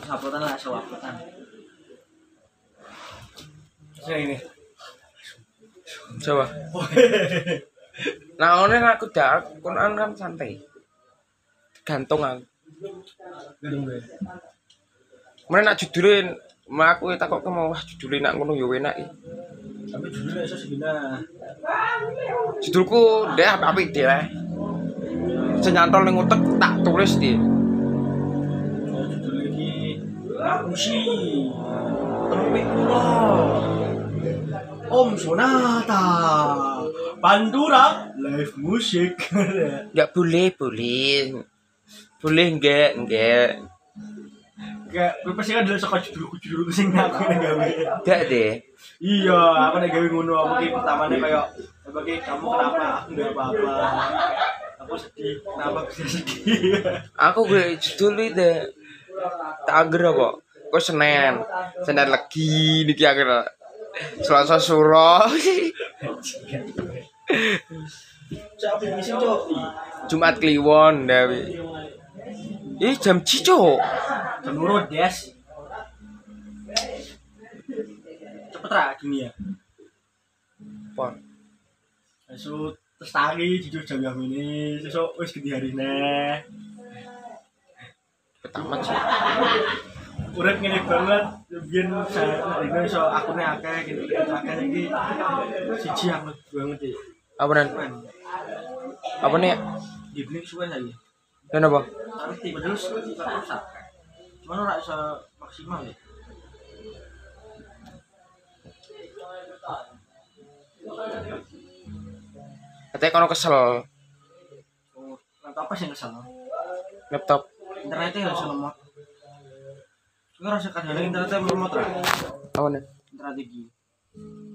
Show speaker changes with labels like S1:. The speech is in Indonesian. S1: kesaputan lah sewaputan
S2: Sini.
S3: Coba. Nah, ini aku dak, Quran kan santai. Gantung aku. Mene nak judulin, aku takok ke mau wah judulin nak ngono yo enak. iki.
S2: Tapi judulnya itu segina.
S3: Judulku ndek apik-apik dhewe lah. Senyantol ning utek tak tulis
S2: Ya,
S3: di.
S2: Judul lagi aku sih. Tempe pulau. Om Sonata. Pandura live music.
S3: Enggak boleh, boleh. Boleh enggak, enggak.
S2: Kayak gue pasti kan dulu suka judul judul sing aku nek gawe.
S3: Enggak deh.
S2: Iya, aku nek gawe ngono aku ki pertamane kayak sebagai kamu kenapa aku enggak apa-apa. Aku sedih, kenapa bisa sedih?
S3: Aku gue judul itu Tager apa? Kok Senin. Senin legi niki akhir. Selasa Suro.
S2: Cok, aku ngising, Cok.
S3: Jumat Kliwon Dewi. Ih jam cico.
S2: Jam loro, Des. Cepet ra gini ya. Besok lestari jujur jam yang ini. Besok wis gede hari neh.
S3: Pertama sih.
S2: Urip ngene banget. Biyen saya hari ini iso akune akeh gitu. Akeh iki siji aku banget iki.
S3: Apa nih?
S2: Man,
S3: Apa nih?
S2: di blink suwe saiki.
S3: Dan apa?
S2: Tapi padahal suwe sih kan rusak. Cuman ora iso maksimal ya.
S3: Katanya kono kesel
S2: Oh, Laptop apa sih yang kesal?
S3: laptop.
S2: internetnya harus lemot gue rasa kadang internetnya melemot lah
S3: Apa nih?
S2: internet tinggi